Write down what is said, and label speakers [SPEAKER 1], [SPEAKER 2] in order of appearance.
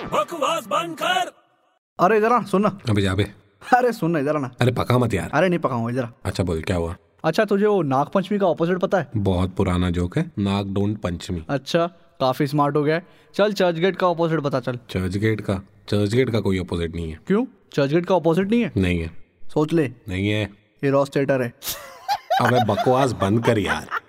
[SPEAKER 1] आवाज बंद कर
[SPEAKER 2] अरे इधर आ सुन ना
[SPEAKER 3] अबे जाबे
[SPEAKER 2] अरे सुन ना इधर आना
[SPEAKER 3] अरे पका मत यार
[SPEAKER 2] अरे नहीं पकाऊंगा इधर आ।
[SPEAKER 3] अच्छा बोल क्या हुआ
[SPEAKER 2] अच्छा तुझे वो नागपंचमी का ऑपोजिट पता है
[SPEAKER 3] बहुत पुराना जोक है नाग डोंट पंचमी
[SPEAKER 2] अच्छा काफी स्मार्ट हो गया है। चल चर्च गेट का ऑपोजिट पता चल
[SPEAKER 3] चर्च गेट का चर्च गेट का कोई अपोजिट नहीं है
[SPEAKER 2] क्यों चर्च गेट का ऑपोजिट नहीं है
[SPEAKER 3] नहीं है
[SPEAKER 2] सोच ले
[SPEAKER 3] नहीं है
[SPEAKER 2] ये रॉस थिएटर है
[SPEAKER 3] अबे बकवास बंद कर यार